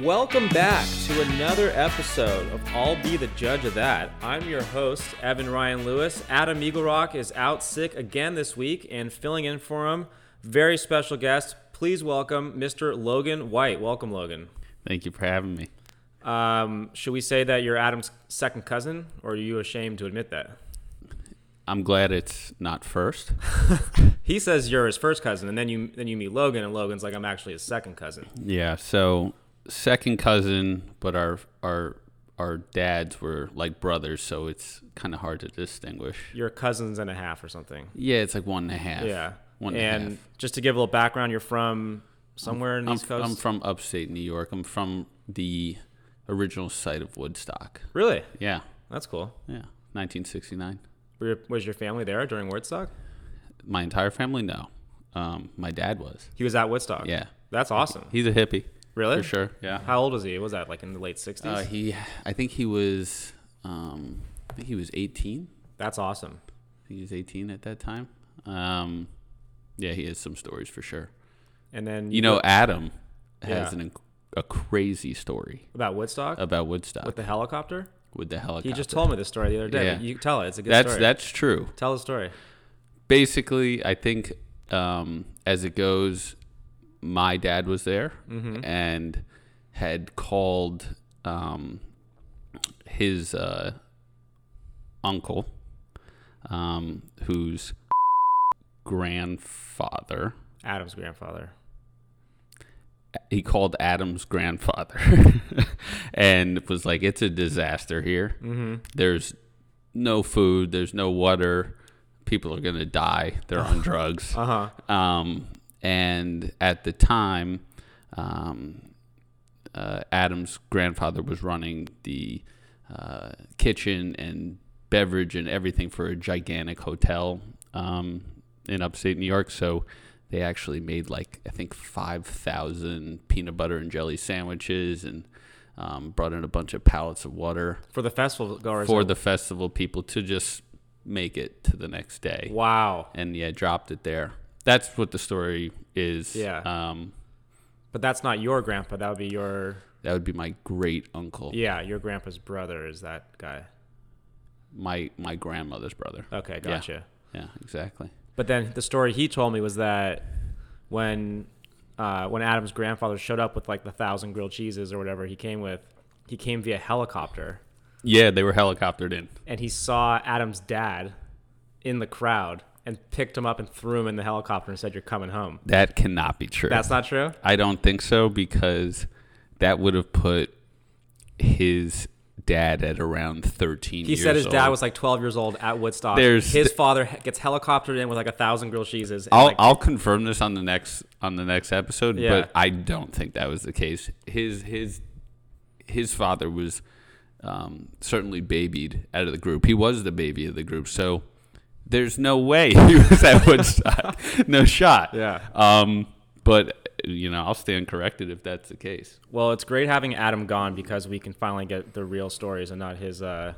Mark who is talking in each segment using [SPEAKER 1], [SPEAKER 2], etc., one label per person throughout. [SPEAKER 1] Welcome back to another episode of I'll Be the Judge of That. I'm your host, Evan Ryan Lewis. Adam Eagle Rock is out sick again this week, and filling in for him, very special guest. Please welcome Mr. Logan White. Welcome, Logan.
[SPEAKER 2] Thank you for having me.
[SPEAKER 1] Um, should we say that you're Adam's second cousin, or are you ashamed to admit that?
[SPEAKER 2] I'm glad it's not first.
[SPEAKER 1] He says you're his first cousin, and then you then you meet Logan, and Logan's like, "I'm actually his second cousin."
[SPEAKER 2] Yeah, so second cousin, but our our our dads were like brothers, so it's kind of hard to distinguish.
[SPEAKER 1] You're cousins and a half or something.
[SPEAKER 2] Yeah, it's like one and a half.
[SPEAKER 1] Yeah.
[SPEAKER 2] one and,
[SPEAKER 1] and
[SPEAKER 2] a half. just
[SPEAKER 1] just to give a little background, you're from somewhere in the
[SPEAKER 2] I'm,
[SPEAKER 1] East Coast.
[SPEAKER 2] I'm from upstate New York. I'm from the original site of Woodstock.
[SPEAKER 1] really?
[SPEAKER 2] Yeah,
[SPEAKER 1] That's cool.
[SPEAKER 2] yeah, 1969.
[SPEAKER 1] Were your, was your family there during Woodstock?
[SPEAKER 2] My entire family, no. Um, my dad was.
[SPEAKER 1] He was at Woodstock.
[SPEAKER 2] Yeah,
[SPEAKER 1] That's awesome.
[SPEAKER 2] he's a hippie
[SPEAKER 1] really?
[SPEAKER 2] for sure. Yeah.
[SPEAKER 1] How old was he? Was that like in the late 60s?
[SPEAKER 2] Uh, he, I think he was, um, I think he was 18.
[SPEAKER 1] That's awesome.
[SPEAKER 2] I think he was 18 at that time. Um, yeah, he has some stories for sure.
[SPEAKER 1] And then
[SPEAKER 2] You know, Adam
[SPEAKER 1] Yeah.
[SPEAKER 2] has an, inc- a crazy story
[SPEAKER 1] about Woodstock
[SPEAKER 2] about Woodstock
[SPEAKER 1] with the helicopter?
[SPEAKER 2] with the uh, helicopter.
[SPEAKER 1] He just told me this story the other day.
[SPEAKER 2] Yeah.
[SPEAKER 1] but You tell it. It's a good
[SPEAKER 2] that's
[SPEAKER 1] story.
[SPEAKER 2] that's true.
[SPEAKER 1] Tell the story.
[SPEAKER 2] Basically, I think um, as it goes, my dad was there
[SPEAKER 1] Mm-hmm.
[SPEAKER 2] and had called um, his uh, uncle, um, whose grandfather.
[SPEAKER 1] Adam's grandfather.
[SPEAKER 2] He called Adam's grandfather and was like, "It's a disaster here. Mm-hmm. There's no food. There's no water. People are gonna die. They're on drugs."
[SPEAKER 1] Uh huh.
[SPEAKER 2] Um, and at the time, um, uh, Adam's grandfather was running the uh, kitchen and beverage and everything for a gigantic hotel um, in upstate New York. So they actually made like I think five thousand peanut butter and jelly sandwiches and. Um, brought in a bunch of pallets of water
[SPEAKER 1] For the festival goers.
[SPEAKER 2] for the festival people to just make it to the next day
[SPEAKER 1] Wow.
[SPEAKER 2] and yeah, dropped it there. That's what the story is.
[SPEAKER 1] Yeah.
[SPEAKER 2] Um,
[SPEAKER 1] But that's not your grandpa. That would be your
[SPEAKER 2] that would be my great uncle,
[SPEAKER 1] yeah, your grandpa's brother is that guy.
[SPEAKER 2] my my grandmother's brother.
[SPEAKER 1] Okay, gotcha.
[SPEAKER 2] Yeah, exactly.
[SPEAKER 1] But then the story he told me was that when uh, when Adam's grandfather showed up with like the thousand grilled cheeses or whatever he came with, he came via helicopter
[SPEAKER 2] Yeah, they were helicoptered in.
[SPEAKER 1] and he saw Adam's dad in the crowd and picked him up and threw him in the helicopter and said, "You're coming home."
[SPEAKER 2] That cannot be true.
[SPEAKER 1] That's not true.
[SPEAKER 2] I don't think so because that would have put his dad at around thirteen.
[SPEAKER 1] He said his dad was like 12 years old at Woodstock.
[SPEAKER 2] There's-
[SPEAKER 1] his father he- gets helicoptered in with like a thousand grilled cheeses. and,
[SPEAKER 2] I'll,
[SPEAKER 1] like,
[SPEAKER 2] I'll confirm this on the next on the next episode,
[SPEAKER 1] Yeah.
[SPEAKER 2] but I don't think that was the case. His his his father was um, certainly babied out of the group. He was the baby of the group, so there's no way he was at Woodstock. no shot.
[SPEAKER 1] Yeah.
[SPEAKER 2] Um, but you know, I'll stand corrected if that's the case.
[SPEAKER 1] Well, it's great having Adam gone because we can finally get the real stories and not his uh,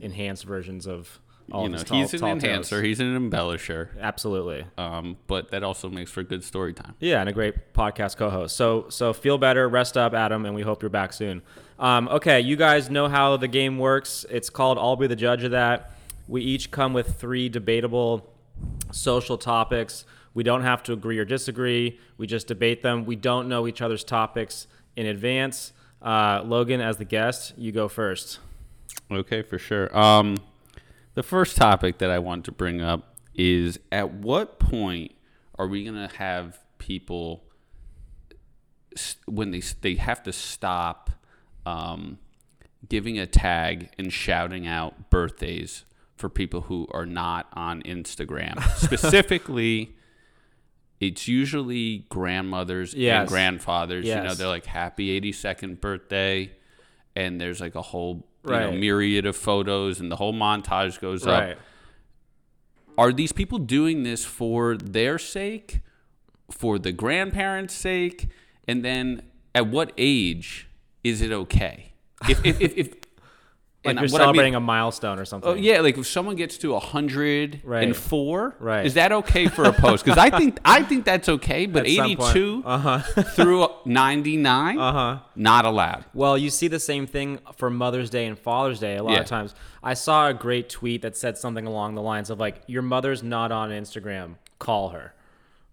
[SPEAKER 1] enhanced versions of all
[SPEAKER 2] you
[SPEAKER 1] of
[SPEAKER 2] know,
[SPEAKER 1] his tall,
[SPEAKER 2] he's an
[SPEAKER 1] tall tales.
[SPEAKER 2] enhancer. He's an embellisher.
[SPEAKER 1] Absolutely.
[SPEAKER 2] Um, but that also makes for good story time.
[SPEAKER 1] Yeah, and a great podcast co-host. So, so feel better, rest up, Adam, and we hope you're back soon. Um, okay, you guys know how the game works. It's called "I'll Be the Judge of That." We each come with three debatable social topics. We don't have to agree or disagree. We just debate them. We don't know each other's topics in advance. Uh, Logan, as the guest, you go first.
[SPEAKER 2] Okay, for sure. Um, the first topic that I want to bring up is at what point are we going to have people s- when they s- they have to stop um, giving a tag and shouting out birthdays for people who are not on Instagram specifically. It's usually grandmothers
[SPEAKER 1] Yes.
[SPEAKER 2] and grandfathers. You know,
[SPEAKER 1] Yes.
[SPEAKER 2] they're like happy 82nd birthday, and there's like a whole you know,
[SPEAKER 1] Right.
[SPEAKER 2] myriad of photos, and the whole montage goes
[SPEAKER 1] Right.
[SPEAKER 2] up. Are these people doing this for their sake, for the grandparents' sake, and then at what age is it okay? If if if, if
[SPEAKER 1] Like
[SPEAKER 2] and
[SPEAKER 1] you're
[SPEAKER 2] what I mean-
[SPEAKER 1] celebrating a milestone or something.
[SPEAKER 2] Oh, yeah, like if someone gets to hundred
[SPEAKER 1] Right.
[SPEAKER 2] and four,
[SPEAKER 1] Right.
[SPEAKER 2] is that okay for a post? Because I think I think that's okay, but
[SPEAKER 1] At some point.
[SPEAKER 2] eighty-two through ninety-nine,
[SPEAKER 1] Uh-huh.
[SPEAKER 2] not allowed.
[SPEAKER 1] Well, you see the same thing for Mother's Day and Father's Day a lot
[SPEAKER 2] Yeah.
[SPEAKER 1] of times. I saw a great tweet that said something along the lines of like, "Your mother's not on Instagram. Call her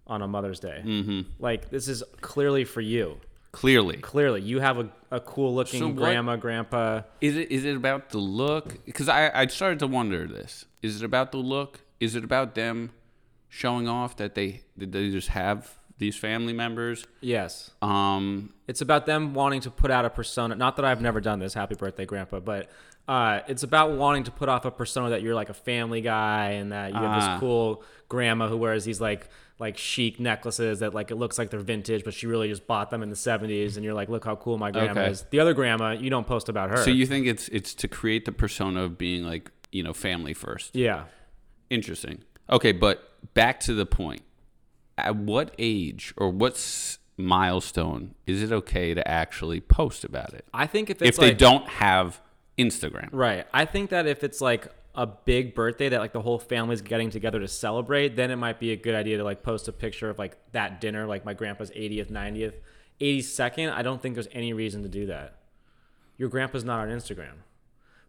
[SPEAKER 1] on a Mother's Day." Mm-hmm. Like this is clearly for you.
[SPEAKER 2] Clearly,
[SPEAKER 1] Clearly, you have a, a cool looking
[SPEAKER 2] So what-
[SPEAKER 1] grandma, grandpa.
[SPEAKER 2] is it is it about the look? Because I I started to wonder this: is it about the look? Is it about them showing off that they that they just have these family members?
[SPEAKER 1] Yes,
[SPEAKER 2] Um,
[SPEAKER 1] It's about them wanting to put out a persona. Not that I've never done this. Happy birthday, Grandpa. But uh, it's about wanting to put off a persona that you're like a family guy and that you have
[SPEAKER 2] Ah.
[SPEAKER 1] this cool grandma who wears these like like chic necklaces that like it looks like they're vintage, but she really just bought them in the '70s. And you're like, look how cool my grandma
[SPEAKER 2] Okay.
[SPEAKER 1] is. The other grandma, you don't post about her.
[SPEAKER 2] so you think it's it's to create the persona of being like you know family first?
[SPEAKER 1] yeah.
[SPEAKER 2] Interesting. Okay, but back to the point. At what age or what s- milestone is it okay to actually post about it?
[SPEAKER 1] I think if
[SPEAKER 2] If
[SPEAKER 1] it's
[SPEAKER 2] they
[SPEAKER 1] like,
[SPEAKER 2] don't have Instagram.
[SPEAKER 1] Right. I think that if it's like a big birthday that like the whole family's getting together to celebrate, then it might be a good idea to like post a picture of like that dinner, like my grandpa's 80th, 90th, 82nd. I don't think there's any reason to do that. Your grandpa's not on Instagram.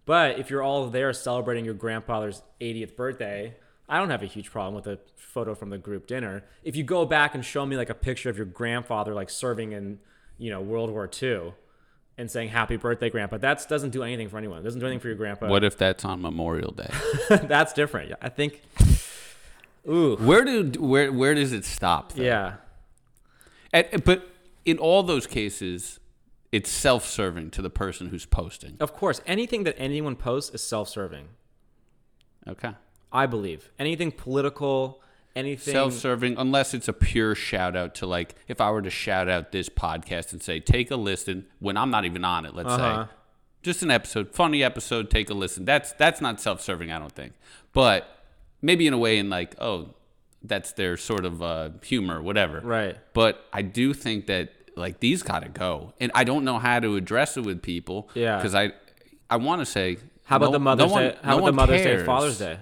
[SPEAKER 1] But if you're all there celebrating your grandfather's 80th birthday, I don't have a huge problem with a photo from the group dinner. If you go back and show me like a picture of your grandfather like serving in, you know, World War II and saying happy birthday grandpa, that doesn't do anything for anyone. It doesn't do anything for your grandpa.
[SPEAKER 2] What if that's on Memorial Day?
[SPEAKER 1] That's different. I think Ooh.
[SPEAKER 2] where do where where does it stop? though?
[SPEAKER 1] Yeah.
[SPEAKER 2] And- but in all those cases, it's self-serving to the person who's posting.
[SPEAKER 1] Of course, anything that anyone posts is self-serving.
[SPEAKER 2] Okay.
[SPEAKER 1] I believe. Anything political, anything
[SPEAKER 2] Self-serving unless it's a pure shout out to like if I were to shout out this podcast and say take a listen when I'm not even on it, let's
[SPEAKER 1] Uh-huh.
[SPEAKER 2] say. Just an episode, funny episode, take a listen. That's that's not self-serving, I don't think. But maybe in a way in like, oh, that's their sort of uh, humor, whatever.
[SPEAKER 1] Right.
[SPEAKER 2] But I do think that like these got to go. And I don't know how to address it with people
[SPEAKER 1] Yeah.
[SPEAKER 2] cuz I I want to say
[SPEAKER 1] How about
[SPEAKER 2] no-
[SPEAKER 1] the
[SPEAKER 2] no
[SPEAKER 1] Mother's
[SPEAKER 2] one-
[SPEAKER 1] Day? How
[SPEAKER 2] no
[SPEAKER 1] about the
[SPEAKER 2] one
[SPEAKER 1] Mother's Day,
[SPEAKER 2] cares.
[SPEAKER 1] Father's Day?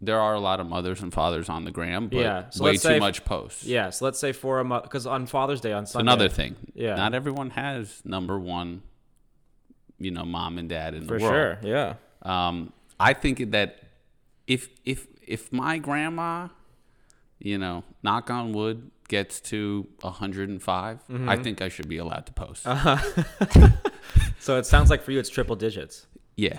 [SPEAKER 2] There are a lot of mothers and fathers on the gram, but
[SPEAKER 1] Yeah. So
[SPEAKER 2] way
[SPEAKER 1] let's
[SPEAKER 2] too
[SPEAKER 1] say-
[SPEAKER 2] much posts.
[SPEAKER 1] Yeah, so let's say for a month, because on Father's Day on Sunday.
[SPEAKER 2] another thing.
[SPEAKER 1] Yeah.
[SPEAKER 2] Not everyone has number one, you know, mom and dad in
[SPEAKER 1] For
[SPEAKER 2] the world.
[SPEAKER 1] sure. Yeah.
[SPEAKER 2] Um, I think that if if if my grandma, you know, knock on wood, gets to 105, I
[SPEAKER 1] Mm-hmm.
[SPEAKER 2] think I should be allowed to post.
[SPEAKER 1] Uh-huh. So it sounds like for you, it's triple digits.
[SPEAKER 2] Yeah.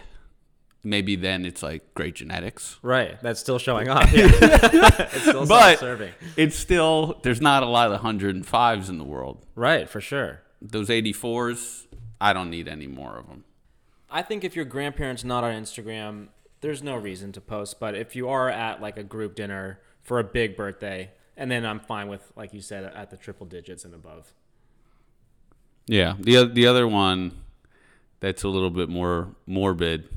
[SPEAKER 2] Maybe then it's like great genetics.
[SPEAKER 1] Right. That's still showing up. Yeah. it's still
[SPEAKER 2] But-
[SPEAKER 1] serving.
[SPEAKER 2] It's still there's not a lot of 105s in the world.
[SPEAKER 1] Right, for sure.
[SPEAKER 2] Those 84s, I don't need any more of them.
[SPEAKER 1] I think if your grandparents not on Instagram, there's no reason to post. But if you are at like a group dinner for a big birthday, and then I'm fine with like you said at the triple digits and above.
[SPEAKER 2] Yeah. The oth- the other one that's a little bit more morbid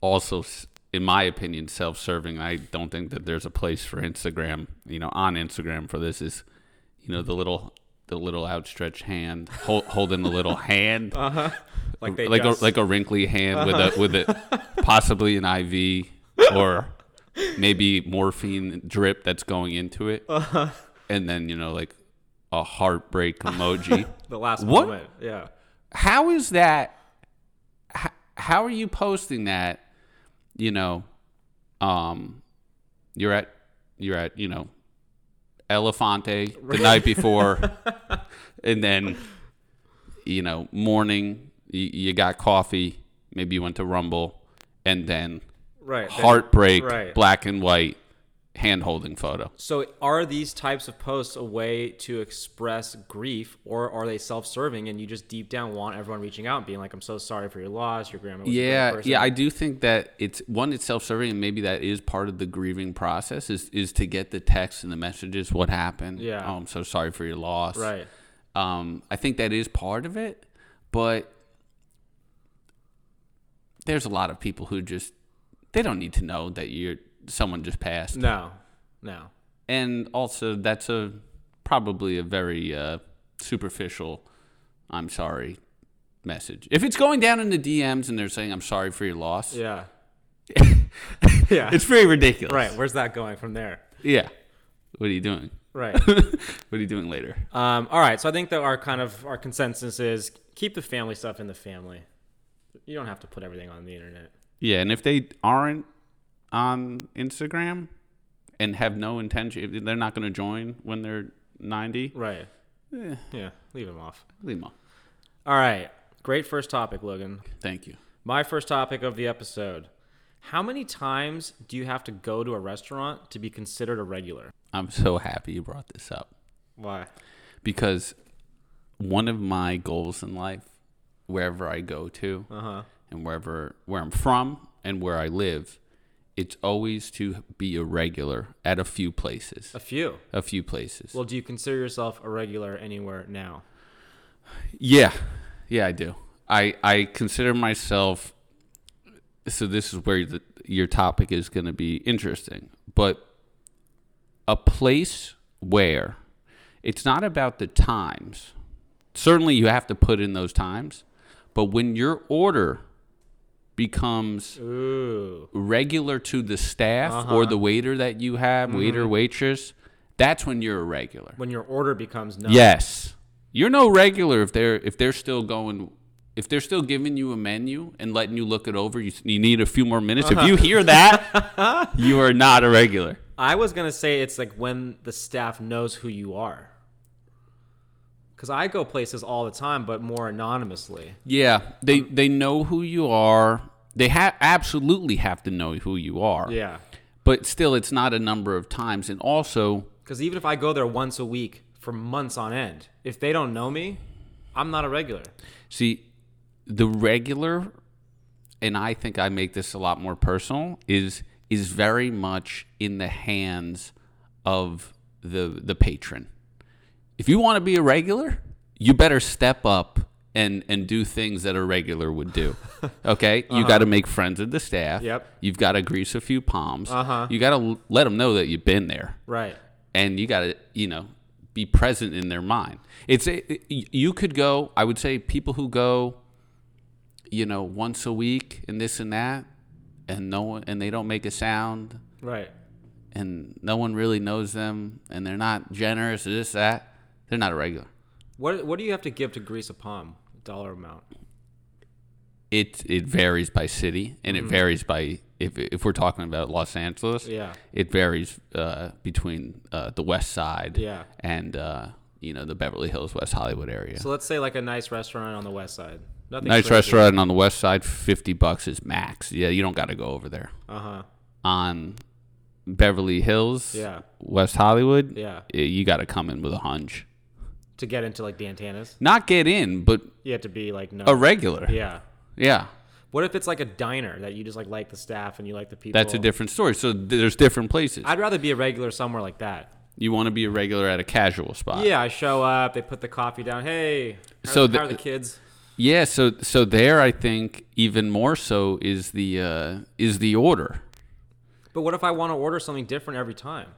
[SPEAKER 2] also s- in my opinion self-serving. I don't think that there's a place for Instagram, you know, on Instagram for this is you know the little the little outstretched hand hol- holding the little hand
[SPEAKER 1] Uh, Like they
[SPEAKER 2] like
[SPEAKER 1] just, Uh-huh.
[SPEAKER 2] a like a wrinkly hand with a with a possibly an IV or maybe morphine drip that's going into it.
[SPEAKER 1] Uh-huh.
[SPEAKER 2] And then, you know, like a heartbreak emoji.
[SPEAKER 1] the last
[SPEAKER 2] What?
[SPEAKER 1] moment. Yeah.
[SPEAKER 2] how is that how, how are you posting that you know um you're at you're at you know elefante the night before and then you know morning you, you got coffee maybe you went to rumble and then
[SPEAKER 1] Right. then-
[SPEAKER 2] heartbreak
[SPEAKER 1] right.
[SPEAKER 2] black and white hand holding photo
[SPEAKER 1] So are these types of posts a way to express grief, or are they self-serving and you just deep down want everyone reaching out and being like, "I'm so sorry for your loss. Your grandma was a great
[SPEAKER 2] yeah
[SPEAKER 1] person."
[SPEAKER 2] yeah i do think that it's one it's self-serving and maybe that is part of the grieving process is is to get the text and the messages what happened
[SPEAKER 1] Yeah.
[SPEAKER 2] oh i'm so sorry for your loss
[SPEAKER 1] right.
[SPEAKER 2] um i think that is part of it but there's a lot of people who just they don't need to know that you're someone just passed
[SPEAKER 1] No, no.
[SPEAKER 2] and also that's a probably a very uh superficial i'm sorry message. If it's going down in the DMs and they're saying I'm sorry for your loss,
[SPEAKER 1] Yeah. yeah.
[SPEAKER 2] it's very ridiculous.
[SPEAKER 1] right. Where's that going from there?
[SPEAKER 2] Yeah. What are you doing?
[SPEAKER 1] Right.
[SPEAKER 2] what are you doing later?
[SPEAKER 1] Um, all right. So I think that our kind of our consensus is keep the family stuff in the family. You don't have to put everything on the internet.
[SPEAKER 2] Yeah, and if they aren't on Instagram and have no intention, if they're not going to join when they're 90.
[SPEAKER 1] Right.
[SPEAKER 2] Eh,
[SPEAKER 1] Yeah. Leave them off.
[SPEAKER 2] leave 'em off.
[SPEAKER 1] All right. Great first topic, Logan.
[SPEAKER 2] Thank you.
[SPEAKER 1] My first topic of the episode. How many times do you have to go to a restaurant to be considered a regular?
[SPEAKER 2] I'm so happy you brought this up
[SPEAKER 1] Why?
[SPEAKER 2] because one of my goals in life, wherever I go to,
[SPEAKER 1] Uh huh.
[SPEAKER 2] and wherever where I'm from and where I live, it's always to be a regular at a few places.
[SPEAKER 1] A few.
[SPEAKER 2] A few places.
[SPEAKER 1] Well, do you consider yourself a regular anywhere now?
[SPEAKER 2] yeah. Yeah, I do. I I consider myself so this is where the, your topic is going to be interesting, but a place where it's not about the times. Certainly you have to put in those times, but when your order becomes
[SPEAKER 1] Ooh.
[SPEAKER 2] regular to the staff or the waiter that you have, waiter, waitress, that's when you're a regular.
[SPEAKER 1] When your order becomes known.
[SPEAKER 2] Yes. You're no regular if they're if they're still going if they're still giving you a menu and letting you look it over, you, you need a few more minutes. If you hear that, you are not a regular.
[SPEAKER 1] I was gonna say it's like when the staff knows who you are. Cause I go places all the time, but more anonymously.
[SPEAKER 2] Yeah, they they know who you are. They ha- absolutely have to know who you are.
[SPEAKER 1] Yeah.
[SPEAKER 2] But still, it's not a number of times, and also
[SPEAKER 1] Cause even if I go there once a week for months on end, if they don't know me, I'm not a regular.
[SPEAKER 2] See, the regular, and I think I make this a lot more personal, is is very much in the hands of the the patron. If you want to be a regular, you better step up and and do things that a regular would do. Okay, you got to make friends with the staff.
[SPEAKER 1] Yep.
[SPEAKER 2] You've got to grease a few palms. Uh-huh. You got to let them know that you've been there
[SPEAKER 1] Right.
[SPEAKER 2] and you got to you know be present in their mind it's a, you could go i would say people who go you know once a week and this and that and no one and they don't make a sound
[SPEAKER 1] Right.
[SPEAKER 2] and no one really knows them and they're not generous or this that they're not a regular
[SPEAKER 1] What what do you have to give to grease a palm? Dollar amount.
[SPEAKER 2] it it varies by city and it varies by if, if we're talking about los angeles
[SPEAKER 1] Mm-hmm. Yeah.
[SPEAKER 2] it varies uh, between uh, the west side
[SPEAKER 1] Yeah.
[SPEAKER 2] and uh, you know the beverly hills west hollywood area
[SPEAKER 1] So let's say like a nice restaurant on the west side. Nothing
[SPEAKER 2] Nice restaurant on the west side, fifty bucks is max. Yeah, you don't got to go over there.
[SPEAKER 1] Uh huh.
[SPEAKER 2] On Beverly Hills,
[SPEAKER 1] Yeah.
[SPEAKER 2] West Hollywood,
[SPEAKER 1] Yeah.
[SPEAKER 2] eh, you got to come in with a hunch.
[SPEAKER 1] To get into like Dantana's,
[SPEAKER 2] Not get in, but
[SPEAKER 1] you have to be like no.
[SPEAKER 2] a regular.
[SPEAKER 1] yeah.
[SPEAKER 2] Yeah,
[SPEAKER 1] What if it's like a diner that you just like like the staff and you like the people?
[SPEAKER 2] that's a different story. So th- there's different places.
[SPEAKER 1] I'd rather be a regular somewhere like that.
[SPEAKER 2] you want to be a regular at a casual spot.
[SPEAKER 1] Yeah, I show up. They put the coffee down. Hey, how,
[SPEAKER 2] Uh, So
[SPEAKER 1] so
[SPEAKER 2] the-
[SPEAKER 1] how are the kids?
[SPEAKER 2] Yeah, so so there, I think even more so is the uh, is the order.
[SPEAKER 1] But what if I want to order something different every time?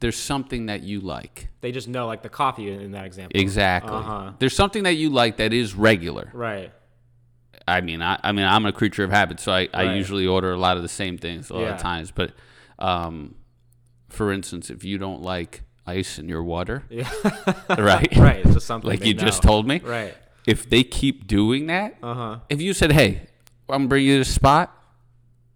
[SPEAKER 2] There's something that you like.
[SPEAKER 1] They just know like the coffee in in that example.
[SPEAKER 2] Exactly.
[SPEAKER 1] Uh-huh.
[SPEAKER 2] There's something that you like that is regular.
[SPEAKER 1] Right.
[SPEAKER 2] I mean, I, I mean, I'm a creature of habit, so I, I
[SPEAKER 1] Right.
[SPEAKER 2] usually order a lot of the same things a lot
[SPEAKER 1] Yeah.
[SPEAKER 2] of times. But, um, for instance, if you don't like ice in your water,
[SPEAKER 1] Yeah.
[SPEAKER 2] right,
[SPEAKER 1] right. It's just something.
[SPEAKER 2] like
[SPEAKER 1] they
[SPEAKER 2] you just
[SPEAKER 1] know.
[SPEAKER 2] told me,
[SPEAKER 1] Right.
[SPEAKER 2] if they keep doing that,
[SPEAKER 1] Uh huh.
[SPEAKER 2] if you said, "Hey, I'm gonna bring you to this spot,"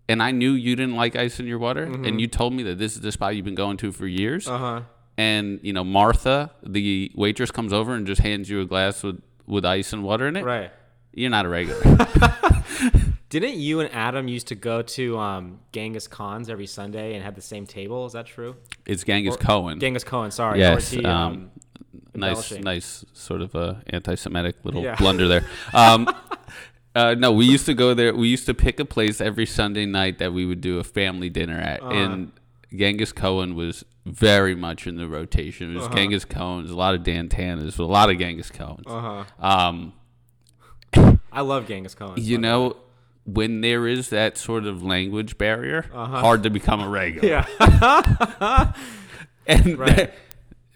[SPEAKER 2] and I knew you didn't like ice in your water, and you told me that this is the spot you've been going to for years,
[SPEAKER 1] Mm-hmm. Uh huh.
[SPEAKER 2] and you know Martha, the waitress, comes over and just hands you a glass with with ice and water in it,
[SPEAKER 1] Right.
[SPEAKER 2] you're not a regular.
[SPEAKER 1] Didn't you and Adam used to go to um, Genghis Khan's every Sunday and have the same table? Is that true?
[SPEAKER 2] it's Genghis Cohen.
[SPEAKER 1] Genghis Khan, sorry.
[SPEAKER 2] Yes,
[SPEAKER 1] RT,
[SPEAKER 2] um, nice,
[SPEAKER 1] embellishing.
[SPEAKER 2] nice sort of a anti-Semitic little
[SPEAKER 1] Yeah.
[SPEAKER 2] blunder there. Um, uh, no, we used to go there. We used to pick a place every Sunday night that we would do a family dinner at,
[SPEAKER 1] Uh-huh.
[SPEAKER 2] and Genghis Cohen was very much in the rotation. It was Genghis Cohen, there's a lot of Dan Tanners, a lot of Genghis Cohen.
[SPEAKER 1] Uh-huh.
[SPEAKER 2] Um,
[SPEAKER 1] I love Genghis Khan.
[SPEAKER 2] you know, when there is that sort of language barrier,
[SPEAKER 1] Uh-huh.
[SPEAKER 2] hard to become a regular.
[SPEAKER 1] Yeah.
[SPEAKER 2] and
[SPEAKER 1] Right.
[SPEAKER 2] they,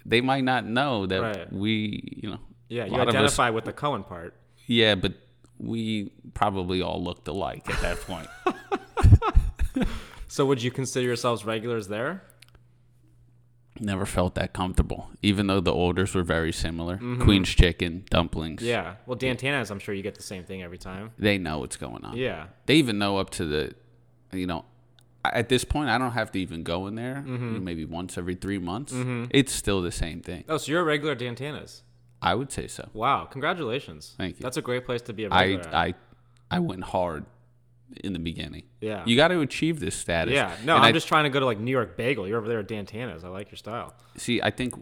[SPEAKER 2] they might not know that
[SPEAKER 1] Right.
[SPEAKER 2] we, you know,
[SPEAKER 1] Yeah,
[SPEAKER 2] a
[SPEAKER 1] you
[SPEAKER 2] lot of us-
[SPEAKER 1] identify with the Cohen part.
[SPEAKER 2] Yeah, but we probably all looked alike at that point.
[SPEAKER 1] So would you consider yourselves regulars there?
[SPEAKER 2] Never felt that comfortable, even though the orders were very similar. Queen's chicken, dumplings.
[SPEAKER 1] Yeah. Well, Dantana's, I'm sure you get the same thing every time.
[SPEAKER 2] They know what's going on.
[SPEAKER 1] Yeah.
[SPEAKER 2] They even know up to the, you know, at this point, I don't have to even go in there. Maybe once every three months. It's still the same thing.
[SPEAKER 1] Oh, so you're a regular at Dantana's.
[SPEAKER 2] I would say so.
[SPEAKER 1] Wow. Congratulations.
[SPEAKER 2] Thank you.
[SPEAKER 1] That's a great place to be a
[SPEAKER 2] I
[SPEAKER 1] regular. at.
[SPEAKER 2] I I went hard in the beginning.
[SPEAKER 1] Yeah.
[SPEAKER 2] You got to achieve this status.
[SPEAKER 1] yeah. No,
[SPEAKER 2] And
[SPEAKER 1] I'm
[SPEAKER 2] I-
[SPEAKER 1] just trying to go to like New York Bagel. You're over there at Dantana's. I like your style.
[SPEAKER 2] see. I think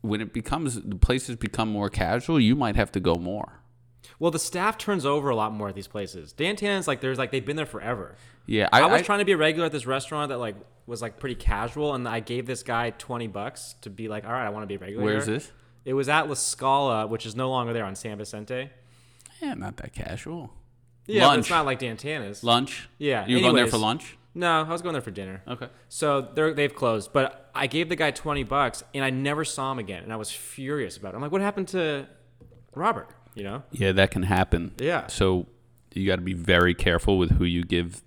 [SPEAKER 2] when it becomes the places become more casual, you might have to go more.
[SPEAKER 1] Well, the staff turns over a lot more at these places. Dantana's like there's like they've been there forever.
[SPEAKER 2] Yeah,
[SPEAKER 1] I, was trying to be a regular at this restaurant that like was like pretty casual, and I gave this guy twenty bucks to be like, all right, I want to be a regular.
[SPEAKER 2] Where's
[SPEAKER 1] here."
[SPEAKER 2] this?
[SPEAKER 1] It was at La Scala, which is no longer there on San Vicente.
[SPEAKER 2] Yeah, not that casual.
[SPEAKER 1] Yeah, but
[SPEAKER 2] Lunch.
[SPEAKER 1] it's not like Dantana's.
[SPEAKER 2] Lunch.
[SPEAKER 1] Yeah,
[SPEAKER 2] You were going there for
[SPEAKER 1] anyways.
[SPEAKER 2] lunch.
[SPEAKER 1] No, I was going there for dinner.
[SPEAKER 2] Okay.
[SPEAKER 1] So they're, they've closed, but I gave the guy 20 bucks and I never saw him again. And I was furious about it. I'm like, what happened to Robert? You know?
[SPEAKER 2] Yeah, that can happen.
[SPEAKER 1] Yeah.
[SPEAKER 2] So you got to be very careful with who you give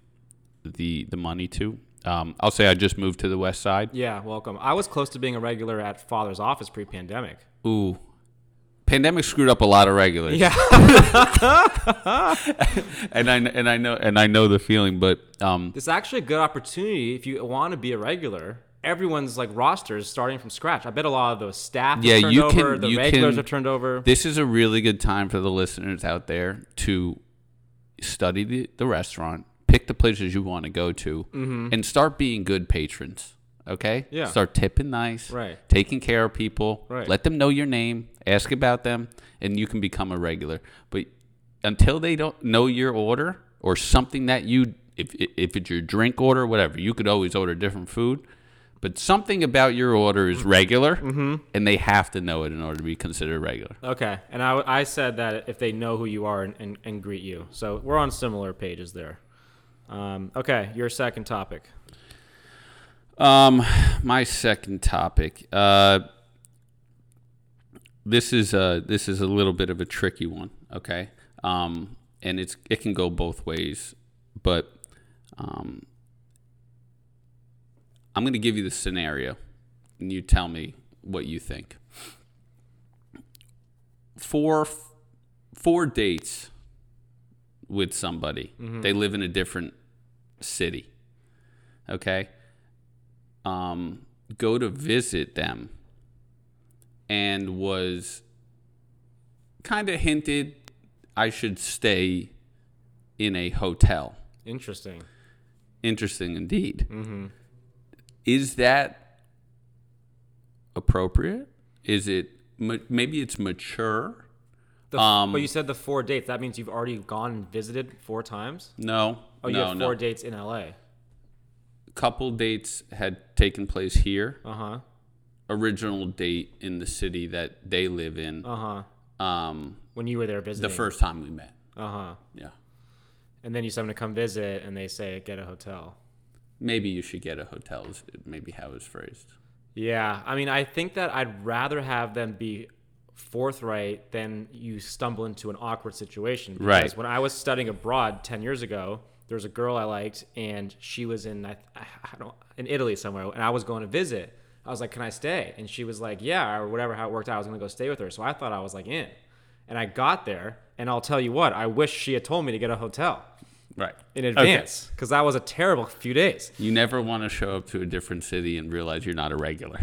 [SPEAKER 2] the the money to. Um, I'll say I just moved to the west side.
[SPEAKER 1] Yeah, welcome. I was close to being a regular at Father's office pre pandemic.
[SPEAKER 2] Ooh. Pandemic screwed up a lot of regulars.
[SPEAKER 1] Yeah.
[SPEAKER 2] and I and I know and I know the feeling, but um,
[SPEAKER 1] It's actually a good opportunity if you want to be a regular. Everyone's like rosters starting from scratch. I bet a lot of those staff have
[SPEAKER 2] Yeah,
[SPEAKER 1] turned
[SPEAKER 2] you
[SPEAKER 1] over,
[SPEAKER 2] can-
[SPEAKER 1] the
[SPEAKER 2] you
[SPEAKER 1] regulars
[SPEAKER 2] can-
[SPEAKER 1] have turned over.
[SPEAKER 2] this is a really good time for the listeners out there to study the, the restaurant, pick the places you want to go to, and start being good patrons. Okay.
[SPEAKER 1] Mm-hmm. Yeah.
[SPEAKER 2] Start tipping nice.
[SPEAKER 1] Right.
[SPEAKER 2] Taking care of people.
[SPEAKER 1] Right.
[SPEAKER 2] Let them know your name. Ask about them, and you can become a regular. But until they don't know your order or something that you, if if it's your drink order, whatever, you could always order different food. But something about your order
[SPEAKER 1] Mm-hmm.
[SPEAKER 2] is regular, and they have to know it in order to be considered regular.
[SPEAKER 1] Okay, and I, I said that if they know who you are and, and, and greet you. So we're on similar pages there. Um, okay, your second topic.
[SPEAKER 2] Um, my second topic. Uh, this is a this is a little bit of a tricky one. Okay. Um, and it's it can go both ways, but um, I'm going to give you the scenario, and you tell me what you think. Four four dates with somebody. They live in a different city. Okay um, go to visit them and was kind of hinted I should stay in a hotel.
[SPEAKER 1] Interesting.
[SPEAKER 2] Interesting indeed.
[SPEAKER 1] Mm-hmm.
[SPEAKER 2] Is that appropriate? Is it ma- maybe it's mature?
[SPEAKER 1] The,
[SPEAKER 2] Um,
[SPEAKER 1] but you said the four dates. That means you've already gone and visited four times.
[SPEAKER 2] No.
[SPEAKER 1] Oh, you
[SPEAKER 2] no,
[SPEAKER 1] had
[SPEAKER 2] no.
[SPEAKER 1] four dates in L.A.
[SPEAKER 2] Couple dates had taken place here.
[SPEAKER 1] Uh huh.
[SPEAKER 2] Original date in the city that they live in.
[SPEAKER 1] Uh huh.
[SPEAKER 2] Um,
[SPEAKER 1] When you were there
[SPEAKER 2] the
[SPEAKER 1] visiting.
[SPEAKER 2] first time we met.
[SPEAKER 1] Uh huh.
[SPEAKER 2] Yeah.
[SPEAKER 1] And then you summon to come visit, and they say get a hotel.
[SPEAKER 2] maybe you should get a hotel is maybe how it's phrased
[SPEAKER 1] Yeah, I mean, I think that I'd rather have them be forthright than you stumble into an awkward situation. Because
[SPEAKER 2] Right.
[SPEAKER 1] When I was studying abroad ten years ago, there was a girl I liked, and she was in I, I I don't in Italy somewhere, and I was going to visit. I was like, "Can I stay?" And she was like, "Yeah," or whatever. How it worked out, I was going to go stay with her. So I thought I was like in, and I got there, and I'll tell you what, I wish she had told me to get a hotel
[SPEAKER 2] right
[SPEAKER 1] in advance because that was a terrible few days.
[SPEAKER 2] you never want to show up to a different city and realize you're not a regular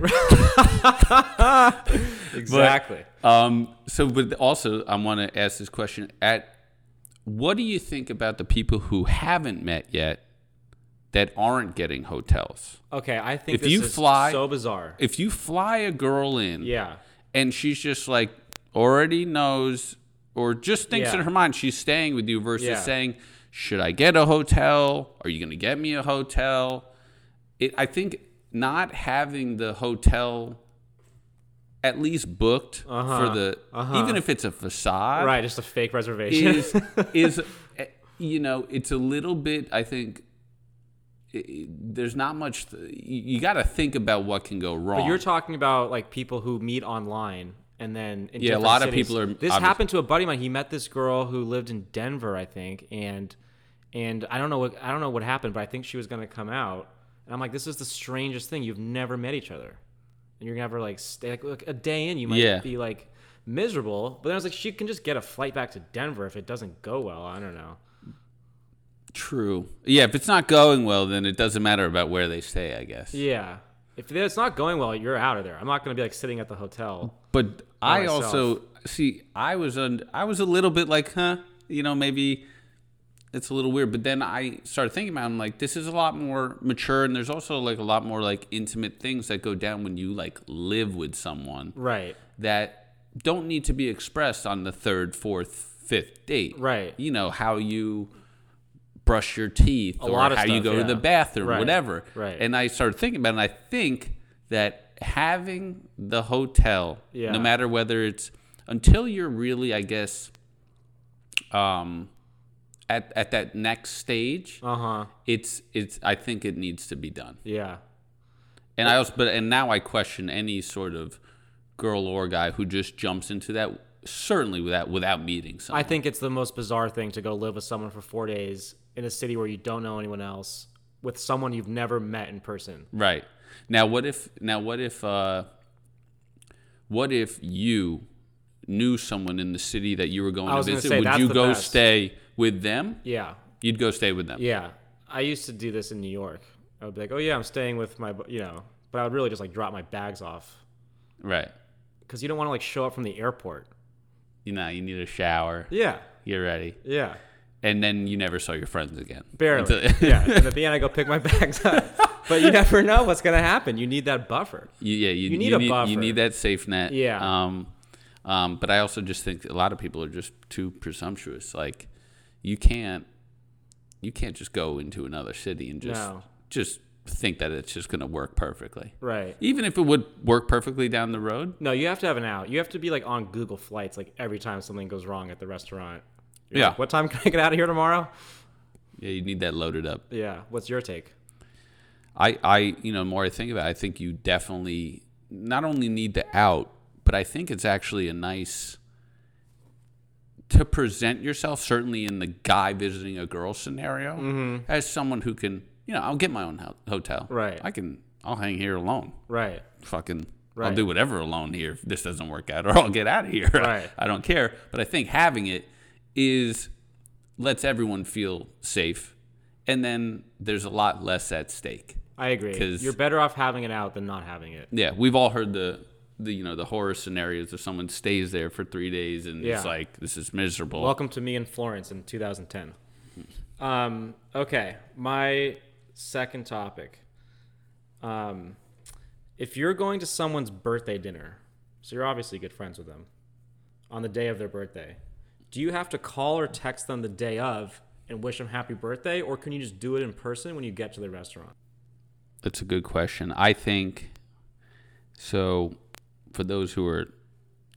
[SPEAKER 1] Exactly.
[SPEAKER 2] um so but also i want to ask this question at what do you think about the people who haven't met yet that aren't getting hotels
[SPEAKER 1] okay, I think
[SPEAKER 2] If
[SPEAKER 1] this
[SPEAKER 2] you
[SPEAKER 1] is
[SPEAKER 2] fly-
[SPEAKER 1] so bizarre.
[SPEAKER 2] if you fly a girl in
[SPEAKER 1] Yeah.
[SPEAKER 2] and she's just like already knows or just thinks
[SPEAKER 1] Yeah.
[SPEAKER 2] in her mind she's staying with you versus
[SPEAKER 1] Yeah.
[SPEAKER 2] saying should i get a hotel are you going to get me a hotel it, i think not having the hotel at least booked for the even if it's a facade
[SPEAKER 1] Uh-huh. Right, just a fake reservation.
[SPEAKER 2] is is eh, you know it's a little bit i think eh, eh, there's not much th- you got to think about what can go wrong
[SPEAKER 1] But you're talking about like people who meet online and then in
[SPEAKER 2] Yeah, a
[SPEAKER 1] different
[SPEAKER 2] lot of
[SPEAKER 1] cities.
[SPEAKER 2] people are
[SPEAKER 1] This
[SPEAKER 2] obvious-
[SPEAKER 1] happened to a buddy of mine. He met this girl who lived in Denver, I think, and and I don't know what I don't know what happened, but I think she was gonna come out, and I'm like, this is the strangest thing. You've never met each other, and you're gonna have her like stay like, like, a day in. You might
[SPEAKER 2] Yeah.
[SPEAKER 1] be like miserable, but then I was like, she can just get a flight back to Denver if it doesn't go well. I don't know.
[SPEAKER 2] True. Yeah, if it's not going well, then it doesn't matter about where they stay, I guess.
[SPEAKER 1] Yeah. If it's not going well, you're out of there. I'm not going to be like sitting at the hotel.
[SPEAKER 2] But
[SPEAKER 1] By
[SPEAKER 2] I also see. I was un, I was a little bit like, huh, you know, maybe it's a little weird. But then I started thinking about. It, I'm like, this is a lot more mature, and there's also like a lot more like intimate things that go down when you like live with someone
[SPEAKER 1] Right.
[SPEAKER 2] that don't need to be expressed on the third, fourth, fifth date.
[SPEAKER 1] Right.
[SPEAKER 2] You know how you brush your teeth or
[SPEAKER 1] lot of
[SPEAKER 2] how you
[SPEAKER 1] stuff,
[SPEAKER 2] go
[SPEAKER 1] yeah.
[SPEAKER 2] to the bathroom,
[SPEAKER 1] Right,
[SPEAKER 2] whatever.
[SPEAKER 1] right.
[SPEAKER 2] And I started thinking about it, and I think that having the hotel,
[SPEAKER 1] Yeah.
[SPEAKER 2] no matter whether it's until you're really, I guess, um, at at that next stage,
[SPEAKER 1] Uh huh.
[SPEAKER 2] it's it's. I think it needs to be done.
[SPEAKER 1] Yeah.
[SPEAKER 2] And I also, but and now I question any sort of girl or guy who just jumps into that certainly without without meeting someone.
[SPEAKER 1] I think it's the most bizarre thing to go live with someone for four days in a city where you don't know anyone else with someone you've never met in person.
[SPEAKER 2] right now, what if now what if uh, what if you knew someone in the city that you were going
[SPEAKER 1] I was
[SPEAKER 2] to
[SPEAKER 1] gonna
[SPEAKER 2] visit?
[SPEAKER 1] say,
[SPEAKER 2] Would
[SPEAKER 1] that's
[SPEAKER 2] you
[SPEAKER 1] the
[SPEAKER 2] go
[SPEAKER 1] best.
[SPEAKER 2] stay with them?
[SPEAKER 1] Yeah.
[SPEAKER 2] You'd go stay with them.
[SPEAKER 1] Yeah. I used to do this in New York. I would be like, oh, yeah, I'm staying with my, bu- you know, but I would really just like drop my bags off
[SPEAKER 2] Right.
[SPEAKER 1] because you don't want to like show up from the airport.
[SPEAKER 2] You know, you need a shower.
[SPEAKER 1] Yeah.
[SPEAKER 2] You're ready,
[SPEAKER 1] Yeah.
[SPEAKER 2] and then you never saw your friends again.
[SPEAKER 1] Barely.
[SPEAKER 2] Until-
[SPEAKER 1] yeah. And at the end, I go pick my bags up. But you never know what's going to happen. You need that buffer.
[SPEAKER 2] You, yeah, you,
[SPEAKER 1] You need
[SPEAKER 2] you
[SPEAKER 1] a
[SPEAKER 2] need,
[SPEAKER 1] buffer.
[SPEAKER 2] You need that safe net.
[SPEAKER 1] Yeah.
[SPEAKER 2] Um, um, but I also just think a lot of people are just too presumptuous. Like, you can't, you can't just go into another city and just
[SPEAKER 1] No.
[SPEAKER 2] just think that it's just going to work perfectly.
[SPEAKER 1] Right.
[SPEAKER 2] Even if it would work perfectly down the road,
[SPEAKER 1] No, you have to have an out. You have to be like on Google Flights like every time something goes wrong at the restaurant. You're
[SPEAKER 2] Yeah.
[SPEAKER 1] like, what time can I get out of here tomorrow?
[SPEAKER 2] yeah, you need that loaded up.
[SPEAKER 1] Yeah. What's your take?
[SPEAKER 2] I, I, you know, the more I think about it, I think you definitely not only need the out, but I think it's actually a nice to present yourself, certainly in the guy visiting a girl scenario, as someone who can, you know, I'll get my own ho- hotel.
[SPEAKER 1] Mm-hmm. Right.
[SPEAKER 2] I can, I'll hang here alone.
[SPEAKER 1] Right.
[SPEAKER 2] Fucking,
[SPEAKER 1] Right.
[SPEAKER 2] I'll do whatever alone here if this doesn't work out, or I'll get out of here.
[SPEAKER 1] Right.
[SPEAKER 2] I don't care. But I think having it is lets everyone feel safe. And then there's a lot less at stake.
[SPEAKER 1] I agree.
[SPEAKER 2] 'Cause-
[SPEAKER 1] You're better off having it out than not having it.
[SPEAKER 2] Yeah, we've all heard the the you know the horror scenarios of someone stays there for three days and
[SPEAKER 1] Yeah.
[SPEAKER 2] it's like this is miserable.
[SPEAKER 1] Welcome to me in Florence in 2010. Um, okay, my second topic. Um, if you're going to someone's birthday dinner, so you're obviously good friends with them, on the day of their birthday, do you have to call or text them the day of and wish them happy birthday, or can you just do it in person when you get to the restaurant?
[SPEAKER 2] That's a good question. I think so. For those who are,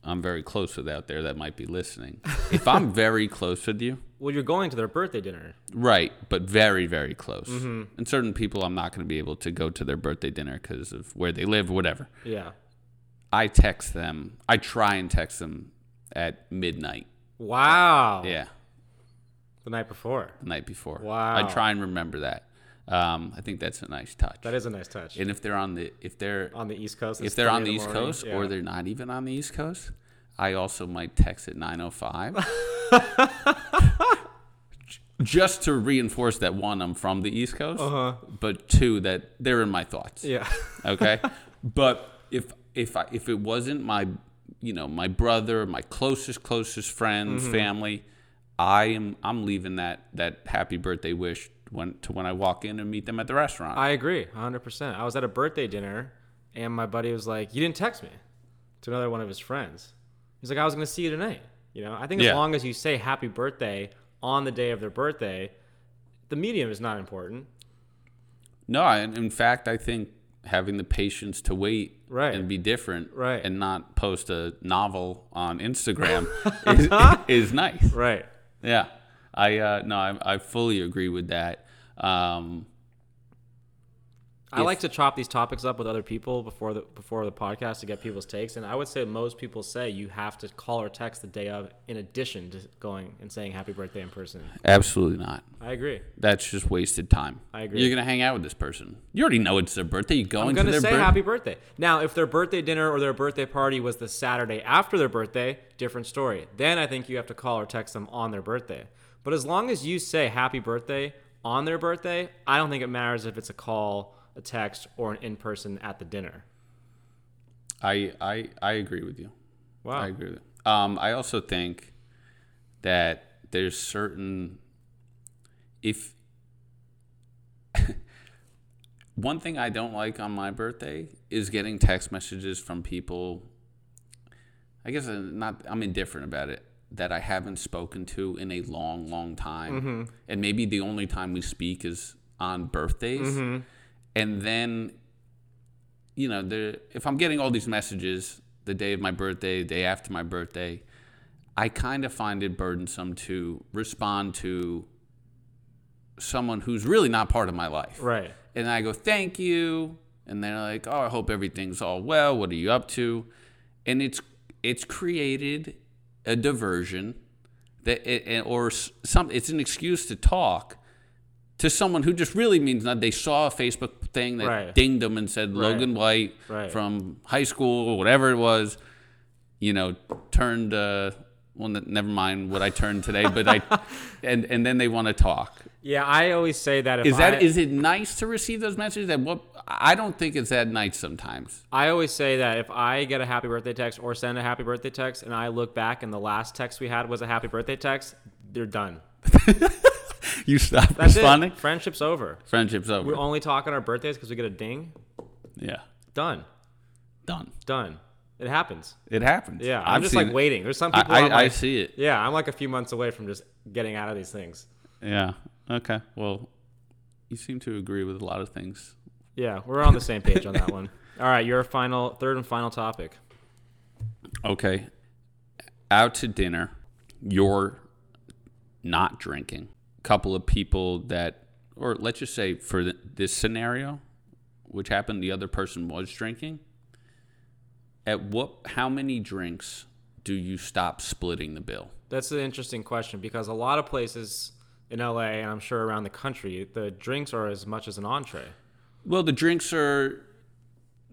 [SPEAKER 2] I'm very close with out there that might be listening. if I'm very close with you,
[SPEAKER 1] Well, you're going to their birthday dinner.
[SPEAKER 2] right, but very very close, and certain people I'm not going to be able to go to their birthday dinner because of where they live, whatever.
[SPEAKER 1] Yeah.
[SPEAKER 2] I text them. I try and text them at midnight.
[SPEAKER 1] Wow.
[SPEAKER 2] Yeah.
[SPEAKER 1] The night before.
[SPEAKER 2] the night before.
[SPEAKER 1] Wow.
[SPEAKER 2] I try and remember that. Um, I think that's a nice touch.
[SPEAKER 1] That is a nice touch.
[SPEAKER 2] and if they're on the if they're
[SPEAKER 1] on the East Coast. it's
[SPEAKER 2] if they're
[SPEAKER 1] three
[SPEAKER 2] on
[SPEAKER 1] in
[SPEAKER 2] the East
[SPEAKER 1] morning.
[SPEAKER 2] Coast
[SPEAKER 1] Yeah.
[SPEAKER 2] or they're not even on the East Coast, I also might text at 9:05 just to reinforce that one I'm from the East Coast, uh-huh. but two that they're in my thoughts.
[SPEAKER 1] Yeah.
[SPEAKER 2] okay but if if I, if it wasn't my you know my brother my closest closest friend
[SPEAKER 1] Mm-hmm.
[SPEAKER 2] family i am i'm leaving that that happy birthday wish when to when i walk in and meet them at the restaurant
[SPEAKER 1] I agree, 100%. I was at a birthday dinner, and my buddy was like, "You didn't text me," to another one of his friends. He's like, "I was gonna see you tonight." You know, I think as
[SPEAKER 2] Yeah.
[SPEAKER 1] long as you say happy birthday on the day of their birthday, the medium is not important.
[SPEAKER 2] no I, in fact i think having the patience to wait
[SPEAKER 1] Right.
[SPEAKER 2] and be different
[SPEAKER 1] Right.
[SPEAKER 2] and not post a novel on instagram is, is nice
[SPEAKER 1] Right.
[SPEAKER 2] Yeah, I uh, no, I, I fully agree with that. Um,
[SPEAKER 1] I like to chop these topics up with other people before the before the podcast to get people's takes, and I would say most people say you have to call or text the day of, in addition to going and saying happy birthday in person.
[SPEAKER 2] Absolutely not.
[SPEAKER 1] I agree.
[SPEAKER 2] That's just wasted time.
[SPEAKER 1] I agree.
[SPEAKER 2] You're gonna hang out with this person. You already know it's their birthday. You go
[SPEAKER 1] I'm
[SPEAKER 2] into
[SPEAKER 1] gonna
[SPEAKER 2] their
[SPEAKER 1] say
[SPEAKER 2] birthday.
[SPEAKER 1] happy birthday. Now, if their birthday dinner or their birthday party was the Saturday after their birthday, different story. Then I think you have to call or text them on their birthday. But as long as you say happy birthday on their birthday, I don't think it matters if it's a call, a text, or an in person at the dinner.
[SPEAKER 2] I, I I agree with you.
[SPEAKER 1] Wow.
[SPEAKER 2] I agree with you. Um, I also think that there's certain if one thing I don't like on my birthday is getting text messages from people. I guess I'm not I'm indifferent about it that I haven't spoken to in a long, long time, and maybe the only time we speak is on birthdays, and then you know, there if I'm getting all these messages the day of my birthday, the day after my birthday, I kind of find it burdensome to respond to someone who's really not part of my life.
[SPEAKER 1] Right.
[SPEAKER 2] And I go, "Thank you." And they're like, "Oh, I hope everything's all well. What are you up to?" And it's it's created a diversion that it, and- or s- some it's an excuse to talk to someone who just really means nothing. They saw a Facebook thing that
[SPEAKER 1] Right.
[SPEAKER 2] dinged them and said Logan White
[SPEAKER 1] Right.
[SPEAKER 2] from high school or whatever it was, you know, turned. Uh, well, n- never mind what I turned today, but I, and and then they want to talk.
[SPEAKER 1] Yeah, I always say that if
[SPEAKER 2] Is that
[SPEAKER 1] I,
[SPEAKER 2] is it nice to receive those messages? That what I don't think it's that nice sometimes.
[SPEAKER 1] I always say that if I get a happy birthday text or send a happy birthday text and I look back and the last text we had was a happy birthday text, they're done.
[SPEAKER 2] You stop
[SPEAKER 1] That's
[SPEAKER 2] responding.
[SPEAKER 1] it. Friendship's over.
[SPEAKER 2] Friendship's over.
[SPEAKER 1] We only talk on our birthdays because we get a ding.
[SPEAKER 2] yeah,
[SPEAKER 1] Done.
[SPEAKER 2] done.
[SPEAKER 1] Done. It happens.
[SPEAKER 2] It happens.
[SPEAKER 1] Yeah. I'm
[SPEAKER 2] I've
[SPEAKER 1] just
[SPEAKER 2] seen
[SPEAKER 1] like
[SPEAKER 2] it.
[SPEAKER 1] waiting. There's some
[SPEAKER 2] I,
[SPEAKER 1] people. I, am
[SPEAKER 2] I, I
[SPEAKER 1] like,
[SPEAKER 2] see it.
[SPEAKER 1] yeah, I'm like a few months away from just getting out of these things.
[SPEAKER 2] Yeah. Okay. Well, you seem to agree with a lot of things.
[SPEAKER 1] Yeah, we're on the same page on that one. All right, your final, third and final topic.
[SPEAKER 2] Okay. Out to dinner, you're not drinking. Couple of people that, or let's just say for th- this scenario, which happened, the other person was drinking. At what? How many drinks do you stop splitting the bill?
[SPEAKER 1] That's an interesting question because a lot of places in LA and I'm sure around the country, the drinks are as much as an entree.
[SPEAKER 2] Well, the drinks are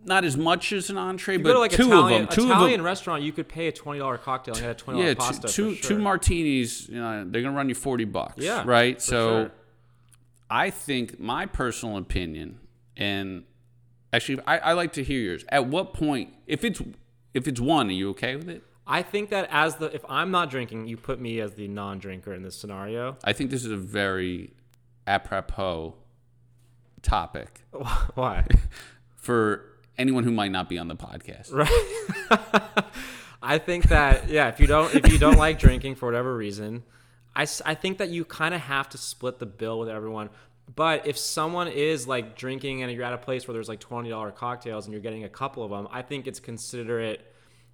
[SPEAKER 2] not as much as an entree,
[SPEAKER 1] You
[SPEAKER 2] but
[SPEAKER 1] go to like
[SPEAKER 2] two
[SPEAKER 1] Italian,
[SPEAKER 2] of them. Two
[SPEAKER 1] Italian
[SPEAKER 2] of them.
[SPEAKER 1] restaurant, you could pay a twenty dollar cocktail and get a twenty dollar
[SPEAKER 2] yeah, two,
[SPEAKER 1] Oh, pasta.
[SPEAKER 2] two,
[SPEAKER 1] for sure.
[SPEAKER 2] two martinis. You know, they're gonna run you forty bucks.
[SPEAKER 1] Yeah,
[SPEAKER 2] right.
[SPEAKER 1] for
[SPEAKER 2] So,
[SPEAKER 1] sure.
[SPEAKER 2] I think my personal opinion, and actually, I, I like to hear yours. At what point, if it's if it's one, are you okay with it?
[SPEAKER 1] I think that as the if I'm not drinking, you put me as the non-drinker in this scenario.
[SPEAKER 2] I think this is a very apropos topic
[SPEAKER 1] Why?
[SPEAKER 2] for anyone who might not be on the podcast.
[SPEAKER 1] Right. I think that yeah, if you don't if you don't like drinking for whatever reason, I, s- I think that you kind of have to split the bill with everyone. But if someone is like drinking and you're at a place where there's like twenty dollar cocktails and you're getting a couple of them, I think it's considerate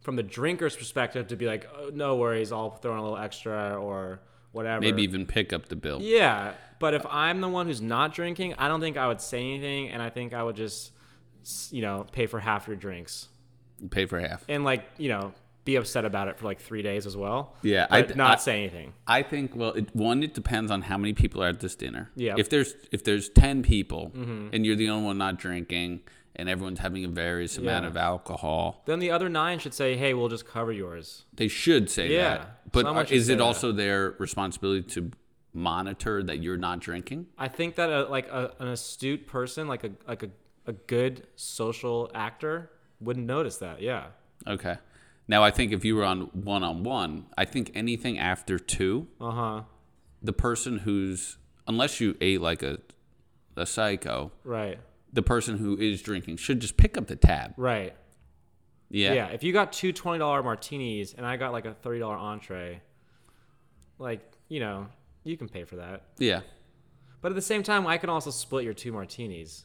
[SPEAKER 1] from the drinker's perspective to be like, oh, no worries, I'll throw in a little extra or whatever.
[SPEAKER 2] Maybe even pick up the bill.
[SPEAKER 1] Yeah, but if I'm the one who's not drinking, I don't think I would say anything, and I think I would just, s- you know, pay for half your drinks
[SPEAKER 2] Pay for half.
[SPEAKER 1] and like you know be upset about it for like three days as well.
[SPEAKER 2] Yeah,
[SPEAKER 1] but
[SPEAKER 2] I-
[SPEAKER 1] not
[SPEAKER 2] I-
[SPEAKER 1] say anything.
[SPEAKER 2] I think well, it, one it depends on how many people are at this dinner.
[SPEAKER 1] Yeah. Mm-hmm.
[SPEAKER 2] If there's if there's ten people and you're the only one not drinking and everyone's having a various amount
[SPEAKER 1] Yeah.
[SPEAKER 2] of alcohol,
[SPEAKER 1] Then the other nine should say, "Hey, we'll just cover yours."
[SPEAKER 2] they should say
[SPEAKER 1] Yeah,
[SPEAKER 2] that. But
[SPEAKER 1] someone
[SPEAKER 2] are-
[SPEAKER 1] should
[SPEAKER 2] is
[SPEAKER 1] say
[SPEAKER 2] it
[SPEAKER 1] that.
[SPEAKER 2] also their responsibility to monitor that you're not drinking?
[SPEAKER 1] I think that a, like a, an astute person, like a like a, a good social actor, wouldn't notice that. Yeah,
[SPEAKER 2] Okay. Now I think if you were on one on one, I think anything after two,
[SPEAKER 1] uh huh,
[SPEAKER 2] the person who's unless you ate like a a psycho,
[SPEAKER 1] right,
[SPEAKER 2] the person who is drinking should just pick up the tab.
[SPEAKER 1] right. Yeah.
[SPEAKER 2] Yeah.
[SPEAKER 1] if you got two twenty dollar martinis and I got like a thirty dollar entree, like you know, you can pay for that.
[SPEAKER 2] yeah.
[SPEAKER 1] But at the same time, I can also split your two martinis.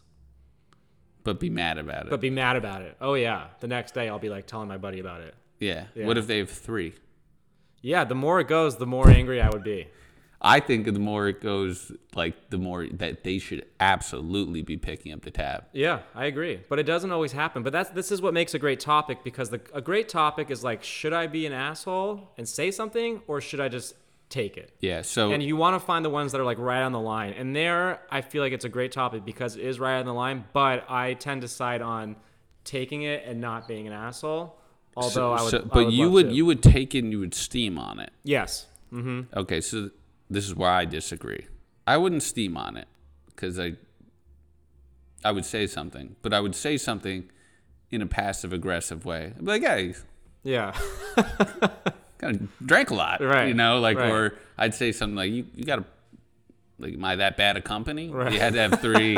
[SPEAKER 2] But be mad about it.
[SPEAKER 1] but be mad about it. Oh yeah, the next day I'll be like telling my buddy about it.
[SPEAKER 2] Yeah. What if they have three?
[SPEAKER 1] Yeah, the more it goes, the more angry I would be.
[SPEAKER 2] I think the more it goes, like the more that they should absolutely be picking up the tab.
[SPEAKER 1] Yeah, I agree. But it doesn't always happen. But that's this is what makes a great topic because the, a great topic is like, should I be an asshole and say something, or should I just take it?
[SPEAKER 2] Yeah. So
[SPEAKER 1] And you want to find the ones that are like right on the line. And there, I feel like it's a great topic because it is right on the line. But I tend to side on taking it and not being an asshole. Although
[SPEAKER 2] so-
[SPEAKER 1] I would,
[SPEAKER 2] so-
[SPEAKER 1] I
[SPEAKER 2] but you
[SPEAKER 1] love
[SPEAKER 2] would
[SPEAKER 1] to.
[SPEAKER 2] you would take it and you would steam on it.
[SPEAKER 1] yes, hmm
[SPEAKER 2] Okay, so this is where I disagree. I wouldn't steam on it because I I would say something, but I would say something in a passive aggressive way. I'd be like, hey,
[SPEAKER 1] yeah,
[SPEAKER 2] kind of drank a lot,
[SPEAKER 1] Right,
[SPEAKER 2] You know, like
[SPEAKER 1] right.
[SPEAKER 2] or I'd say something like, you you got to like, am I that bad a company?
[SPEAKER 1] Right.
[SPEAKER 2] You had to have three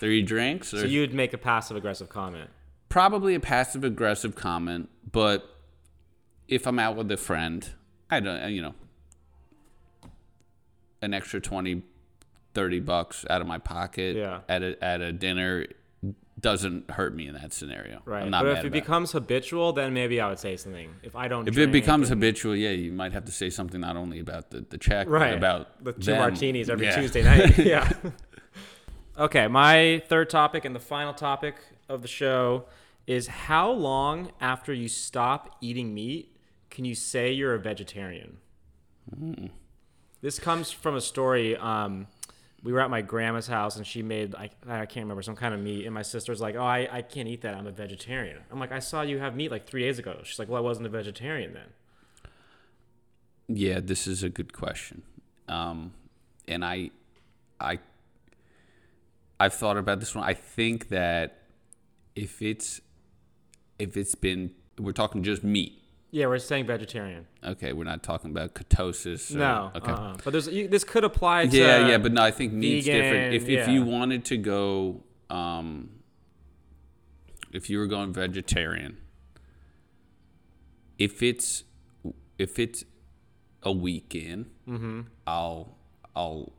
[SPEAKER 2] three drinks, or
[SPEAKER 1] so you'd make a passive aggressive comment.
[SPEAKER 2] probably a passive aggressive comment, but if I'm out with a friend, I don't, uh, you know, an extra 20, 30 bucks out of my pocket
[SPEAKER 1] Yeah.
[SPEAKER 2] at, a, at a dinner doesn't hurt me in that scenario.
[SPEAKER 1] Right.
[SPEAKER 2] I'm not
[SPEAKER 1] but
[SPEAKER 2] mad
[SPEAKER 1] if it
[SPEAKER 2] about it.
[SPEAKER 1] becomes habitual, then maybe I would say something. If I don't
[SPEAKER 2] If
[SPEAKER 1] drink
[SPEAKER 2] it becomes habitual, yeah, you might have to say something not only about the, the check,
[SPEAKER 1] right
[SPEAKER 2] but about
[SPEAKER 1] the two
[SPEAKER 2] them.
[SPEAKER 1] martinis every
[SPEAKER 2] Yeah.
[SPEAKER 1] Tuesday night. yeah. okay, my third topic and the final topic of the show is how long after you stop eating meat can you say you're a vegetarian?
[SPEAKER 2] Hmm.
[SPEAKER 1] This comes from a story. Um, we were at my grandma's house and she made I, I can't remember some kind of meat and my sister's like oh I, I can't eat that i'm a vegetarian i'm like i saw you have meat like three days ago she's like well i wasn't a vegetarian then
[SPEAKER 2] Yeah, this is a good question, um, and I, I, I've thought about this one. I think that if it's, if it's been, we're talking just meat.
[SPEAKER 1] yeah we're saying vegetarian
[SPEAKER 2] Okay, we're not talking about ketosis. Or,
[SPEAKER 1] No.
[SPEAKER 2] Okay.
[SPEAKER 1] Uh-uh. But there's you, this could apply to
[SPEAKER 2] Yeah, yeah, but no, I think meat's
[SPEAKER 1] vegan,
[SPEAKER 2] different. If if
[SPEAKER 1] yeah.
[SPEAKER 2] you wanted to go, um, if you were going vegetarian, if it's if it's a week in,
[SPEAKER 1] Mm-hmm.
[SPEAKER 2] I'll I'll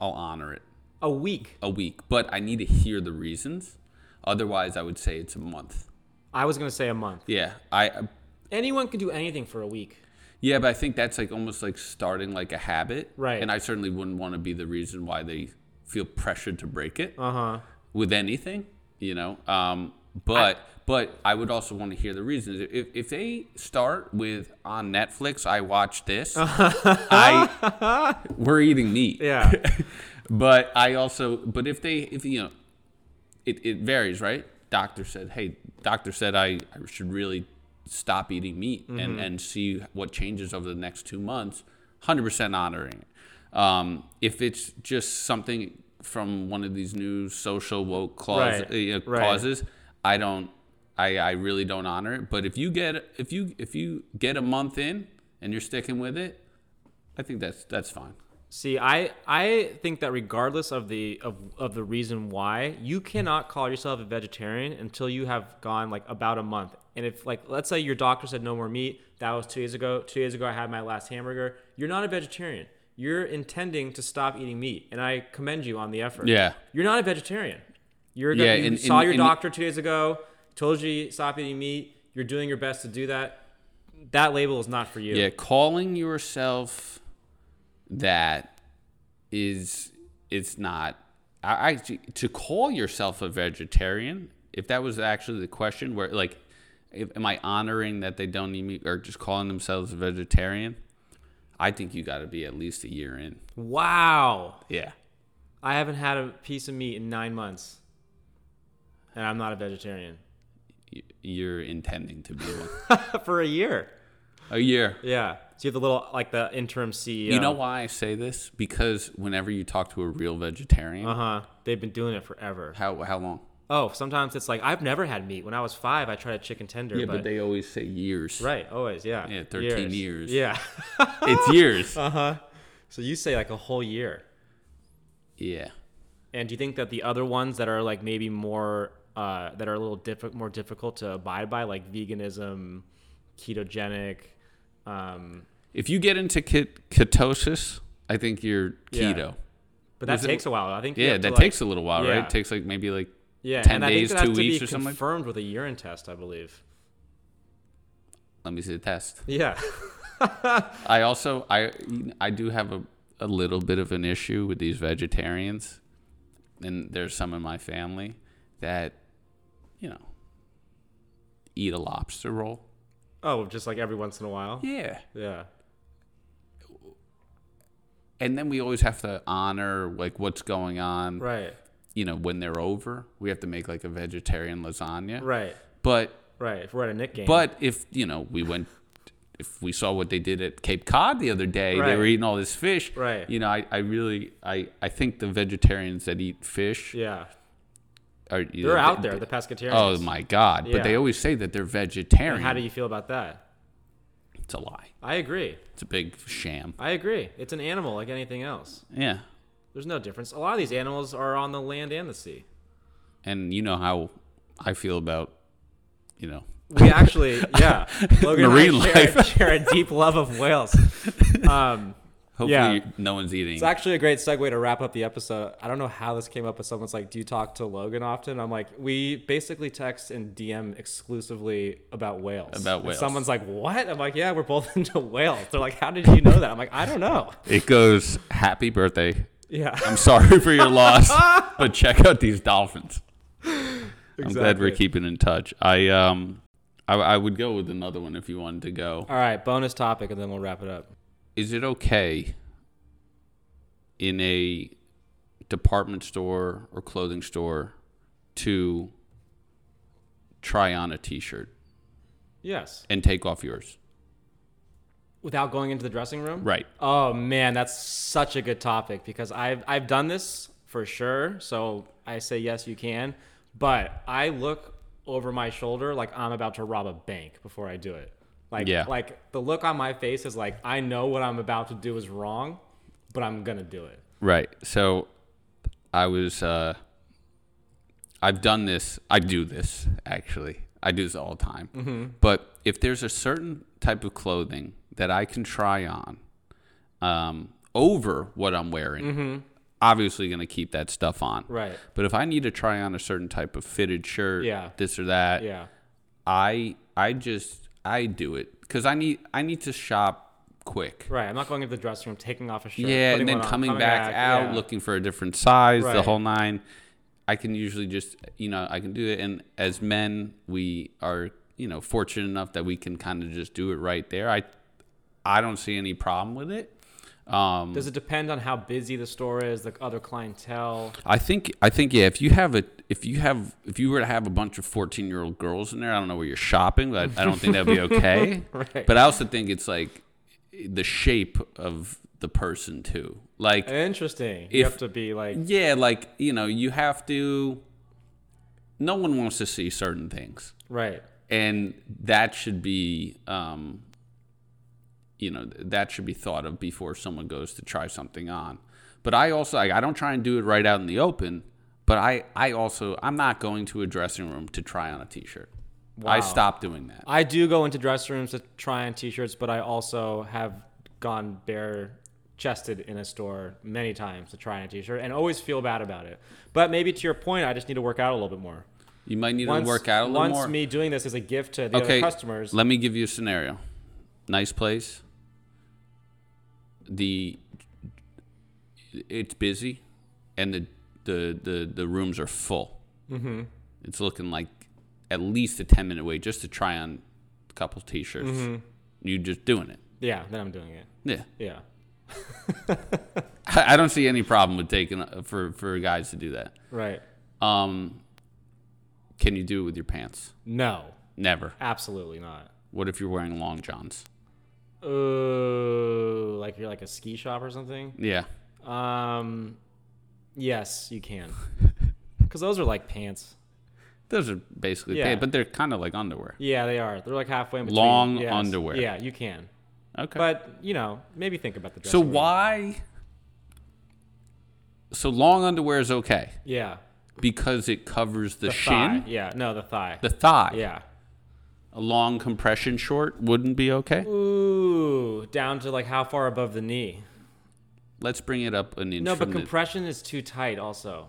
[SPEAKER 2] I'll honor it
[SPEAKER 1] a week.
[SPEAKER 2] a week, but I need to hear the reasons. Otherwise, I would say it's a month.
[SPEAKER 1] I was gonna say a month.
[SPEAKER 2] Yeah, I
[SPEAKER 1] Anyone can do anything for a week.
[SPEAKER 2] Yeah, but I think that's like almost like starting like a habit.
[SPEAKER 1] Right.
[SPEAKER 2] And I certainly wouldn't want to be the reason why they feel pressured to break it
[SPEAKER 1] Uh huh.
[SPEAKER 2] with anything, you know. Um, but but I would also want to hear the reasons. If if they start with on Netflix, I watch this. I we're eating meat.
[SPEAKER 1] Yeah.
[SPEAKER 2] But I also but if they if you know it, it varies, right? Doctor said, Hey, doctor said I, I should really stop eating meat
[SPEAKER 1] Mm-hmm.
[SPEAKER 2] and, and see what changes over the next two months, hundred percent honoring it. Um, if it's just something from one of these new social woke clause,
[SPEAKER 1] Right,
[SPEAKER 2] uh,
[SPEAKER 1] right.
[SPEAKER 2] causes, I don't I, I really don't honor it. But if you get if you if you get a month in and you're sticking with it, I think that's that's fine.
[SPEAKER 1] See, I I think that regardless of the of, of the reason why, you cannot call yourself a vegetarian until you have gone like about a month. And if like let's say your doctor said no more meat, that was two days ago. Two days ago I had my last hamburger. You're not a vegetarian. You're intending to stop eating meat, and I commend you on the effort.
[SPEAKER 2] Yeah.
[SPEAKER 1] You're not a vegetarian. You're
[SPEAKER 2] Yeah,
[SPEAKER 1] you
[SPEAKER 2] and-
[SPEAKER 1] saw
[SPEAKER 2] and-
[SPEAKER 1] your
[SPEAKER 2] and-
[SPEAKER 1] doctor two days ago. Told you stop eating meat. You're doing your best to do that. That label is not for you.
[SPEAKER 2] Yeah, calling yourself that is it's not. I, I to call yourself a vegetarian. If that was actually the question, where like, if, am I honoring that they don't eat meat or just calling themselves a vegetarian? I think you got to be at least a year in.
[SPEAKER 1] Wow.
[SPEAKER 2] Yeah.
[SPEAKER 1] I haven't had a piece of meat in nine months, and I'm not a vegetarian
[SPEAKER 2] Y- You're intending to be one.
[SPEAKER 1] for a year.
[SPEAKER 2] a year.
[SPEAKER 1] Yeah. So you have the little like the interim E CEO.
[SPEAKER 2] You know why I say this? Because whenever you talk to a real vegetarian,
[SPEAKER 1] Uh huh. They've been doing it forever.
[SPEAKER 2] how how long?
[SPEAKER 1] Oh, sometimes it's like I've never had meat. When I was five, I tried a chicken tender.
[SPEAKER 2] Yeah,
[SPEAKER 1] but,
[SPEAKER 2] but, they always say years.
[SPEAKER 1] right always yeah.
[SPEAKER 2] Yeah, 13 years.
[SPEAKER 1] Yeah.
[SPEAKER 2] It's years.
[SPEAKER 1] uh huh. So you say like a whole year.
[SPEAKER 2] Yeah.
[SPEAKER 1] And do you think that the other ones that are like maybe more uh, that are a little diff- more difficult to abide by, like veganism, ketogenic, um,
[SPEAKER 2] If you get into ket- ketosis, I think you're
[SPEAKER 1] Yeah.
[SPEAKER 2] keto.
[SPEAKER 1] but that
[SPEAKER 2] Was it-
[SPEAKER 1] takes a while. I think you
[SPEAKER 2] Yeah,
[SPEAKER 1] have to,
[SPEAKER 2] that
[SPEAKER 1] like-
[SPEAKER 2] takes a little while,
[SPEAKER 1] yeah.
[SPEAKER 2] right? It takes like maybe like
[SPEAKER 1] Yeah, and
[SPEAKER 2] 10 days,
[SPEAKER 1] I think that
[SPEAKER 2] two
[SPEAKER 1] has to
[SPEAKER 2] weeks
[SPEAKER 1] be
[SPEAKER 2] or something like-
[SPEAKER 1] confirmed with a urine test, I believe.
[SPEAKER 2] let me see the test.
[SPEAKER 1] Yeah,
[SPEAKER 2] I also I I do have a a little bit of an issue with these vegetarians, and there's some in my family that, you know, eat a lobster roll.
[SPEAKER 1] Oh, just like every once in a while.
[SPEAKER 2] Yeah.
[SPEAKER 1] Yeah.
[SPEAKER 2] And then we always have to honor like what's going on,
[SPEAKER 1] Right.
[SPEAKER 2] you know, when they're over. We have to make like a vegetarian lasagna.
[SPEAKER 1] Right.
[SPEAKER 2] But
[SPEAKER 1] Right. If we're at a Nick game.
[SPEAKER 2] But if you know, we went, if we saw what they did at Cape Cod the other day, they
[SPEAKER 1] Right.
[SPEAKER 2] were eating all this fish.
[SPEAKER 1] Right.
[SPEAKER 2] You know, I, I really, I, I think the vegetarians that eat fish
[SPEAKER 1] yeah,
[SPEAKER 2] are
[SPEAKER 1] they're out there. The pescatarians.
[SPEAKER 2] Oh my God! But
[SPEAKER 1] Yeah.
[SPEAKER 2] they always say that they're vegetarian.
[SPEAKER 1] And how do you feel about that?
[SPEAKER 2] It's a lie.
[SPEAKER 1] I agree.
[SPEAKER 2] It's a big sham.
[SPEAKER 1] I agree. It's an animal like anything else.
[SPEAKER 2] Yeah.
[SPEAKER 1] There's no difference. A lot of these animals are on the land and the sea.
[SPEAKER 2] And you know how I feel about, you know,
[SPEAKER 1] We actually, yeah, Logan and I
[SPEAKER 2] Marine
[SPEAKER 1] share,
[SPEAKER 2] life.
[SPEAKER 1] share a deep love of whales. Um,
[SPEAKER 2] hopefully
[SPEAKER 1] Yeah.
[SPEAKER 2] no one's eating.
[SPEAKER 1] it's actually a great segue to wrap up the episode. I don't know how this came up, but someone's like, "Do you talk to Logan often?" I'm like, "We basically text and DM exclusively about whales."
[SPEAKER 2] About
[SPEAKER 1] And
[SPEAKER 2] whales.
[SPEAKER 1] someone's like, "What?" I'm like, "Yeah, we're both into whales." They're like, "How did you know that?" I'm like, "I don't know."
[SPEAKER 2] It goes, happy birthday.
[SPEAKER 1] Yeah.
[SPEAKER 2] I'm sorry for your loss, but check out these dolphins. I'm glad we're
[SPEAKER 1] Exactly.
[SPEAKER 2] keeping in touch. I um, I, I would go with another one if you wanted to go.
[SPEAKER 1] All right, bonus topic, and then we'll wrap it up.
[SPEAKER 2] Is it okay in a department store or clothing store to try on a T-shirt
[SPEAKER 1] Yes.
[SPEAKER 2] and take off yours?
[SPEAKER 1] Without going into the dressing room?
[SPEAKER 2] Right.
[SPEAKER 1] Oh man, that's such a good topic because I've I've done this for sure. So I say yes, you can. But I look over my shoulder like I'm about to rob a bank before I do it. Like
[SPEAKER 2] Yeah.
[SPEAKER 1] like the look on my face is like I know what I'm about to do is wrong, but I'm gonna do it.
[SPEAKER 2] Right. So I was uh I've done this. I do this actually. I do this all the time.
[SPEAKER 1] Mm-hmm.
[SPEAKER 2] But if there's a certain type of clothing that I can try on um over what I'm wearing, obviously going to keep that stuff on.
[SPEAKER 1] Mm-hmm. Right.
[SPEAKER 2] But if I need to try on a certain type of fitted shirt,
[SPEAKER 1] Yeah.
[SPEAKER 2] this or that,
[SPEAKER 1] Yeah.
[SPEAKER 2] I I just I do it cuz I need I need to shop quick.
[SPEAKER 1] Right. I'm not going into the dressing room, taking off a shirt.
[SPEAKER 2] Yeah,
[SPEAKER 1] putting
[SPEAKER 2] and then
[SPEAKER 1] one on,
[SPEAKER 2] coming, back, out,
[SPEAKER 1] yeah.
[SPEAKER 2] looking for a different size, the
[SPEAKER 1] Right.
[SPEAKER 2] whole nine. I can usually just, you know, I can do it. And as men, we are, you know, fortunate enough that we can kind of just do it right there. I, I don't see any problem with it. Um,
[SPEAKER 1] Does it depend on how busy the store is, the other clientele?
[SPEAKER 2] I think, I think, yeah. If you have a, if you have, if you were to have a bunch of fourteen-year-old girls in there, I don't know where you're shopping, but I don't think that'd be okay.
[SPEAKER 1] Right.
[SPEAKER 2] But I also think it's like the shape of the person too. Like,
[SPEAKER 1] Interesting. you
[SPEAKER 2] If-
[SPEAKER 1] have to be like
[SPEAKER 2] Yeah, like, you know, you have to no one wants to see certain things.
[SPEAKER 1] right.
[SPEAKER 2] And that should be um you know, th- that should be thought of before someone goes to try something on. But I also like, I don't try and do it right out in the open, but I I also I'm not going to a dressing room to try on a t-shirt. I
[SPEAKER 1] Wow.
[SPEAKER 2] stopped doing that.
[SPEAKER 1] I do go into dressing rooms to try on t-shirts, but I also have gone bare chested in a store many times to try on a t-shirt and always feel bad about it. But maybe to your point, I just need to work out a little bit more.
[SPEAKER 2] You might need
[SPEAKER 1] Once,
[SPEAKER 2] to work out a little
[SPEAKER 1] once
[SPEAKER 2] more.
[SPEAKER 1] me doing this is a gift to the
[SPEAKER 2] okay,
[SPEAKER 1] other customers.
[SPEAKER 2] Let me give you a scenario. Nice place. The it's busy, and the the the, the rooms are full. Mm-hmm. It's looking like at least a ten minute wait just to try on a couple t-shirts. You're just doing it.
[SPEAKER 1] yeah, then I'm doing it.
[SPEAKER 2] Yeah,
[SPEAKER 1] Yeah.
[SPEAKER 2] I, I don't see any problem with taking a- for for guys to do that.
[SPEAKER 1] Right.
[SPEAKER 2] Um, can you do it with your pants?
[SPEAKER 1] No.
[SPEAKER 2] Never.
[SPEAKER 1] Absolutely not.
[SPEAKER 2] What if you're wearing long johns?
[SPEAKER 1] Ooh, like you're like a ski shop or something?
[SPEAKER 2] Yeah.
[SPEAKER 1] Um yes, you can. Cuz those are like pants.
[SPEAKER 2] Those are basically
[SPEAKER 1] Yeah.
[SPEAKER 2] pants, but they're kind of like underwear.
[SPEAKER 1] Yeah, they are. They're like halfway in between.
[SPEAKER 2] Long underwear.
[SPEAKER 1] Yeah, you can.
[SPEAKER 2] Okay.
[SPEAKER 1] But you know, maybe think about the dress.
[SPEAKER 2] so why? So long underwear is okay
[SPEAKER 1] Yeah,
[SPEAKER 2] because it covers the,
[SPEAKER 1] the thigh.
[SPEAKER 2] shin,
[SPEAKER 1] Yeah, no, the thigh.
[SPEAKER 2] the thigh.
[SPEAKER 1] yeah.
[SPEAKER 2] A long compression short wouldn't be okay.
[SPEAKER 1] Ooh, down to like how far above the knee?
[SPEAKER 2] Let's bring it up an inch.
[SPEAKER 1] No, but
[SPEAKER 2] from the-
[SPEAKER 1] compression is too tight. Also,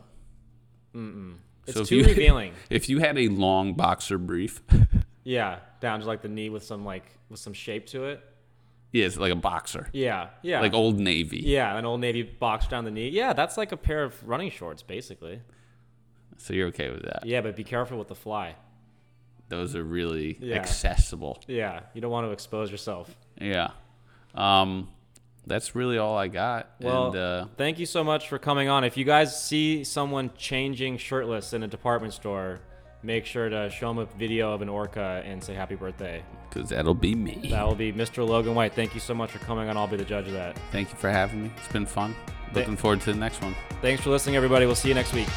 [SPEAKER 1] Mm-mm. it's
[SPEAKER 2] So if
[SPEAKER 1] too
[SPEAKER 2] you-
[SPEAKER 1] revealing.
[SPEAKER 2] if you had a long boxer brief,
[SPEAKER 1] Yeah, down to like the knee with some like with some shape to it.
[SPEAKER 2] Yeah, it's like a boxer,
[SPEAKER 1] Yeah, yeah.
[SPEAKER 2] like Old Navy.
[SPEAKER 1] yeah, an old navy box down the knee. Yeah, that's like a pair of running shorts, basically.
[SPEAKER 2] So you're okay with that?
[SPEAKER 1] Yeah, but be careful with the fly.
[SPEAKER 2] Those are really
[SPEAKER 1] Yeah.
[SPEAKER 2] accessible.
[SPEAKER 1] Yeah, you don't want to expose yourself.
[SPEAKER 2] Yeah. Um, that's really all I got.
[SPEAKER 1] Well,
[SPEAKER 2] and uh,
[SPEAKER 1] thank you so much for coming on. If you guys see someone changing shirtless in a department store, make sure to show them a video of an orca and say happy birthday.
[SPEAKER 2] because that'll be me.
[SPEAKER 1] That will be Mr. Logan White. Thank you so much for coming on. I'll be the judge of that.
[SPEAKER 2] Thank you for having me. It's been fun.
[SPEAKER 1] Th-
[SPEAKER 2] Looking forward to the next one.
[SPEAKER 1] Thanks for listening, everybody. We'll see you next week.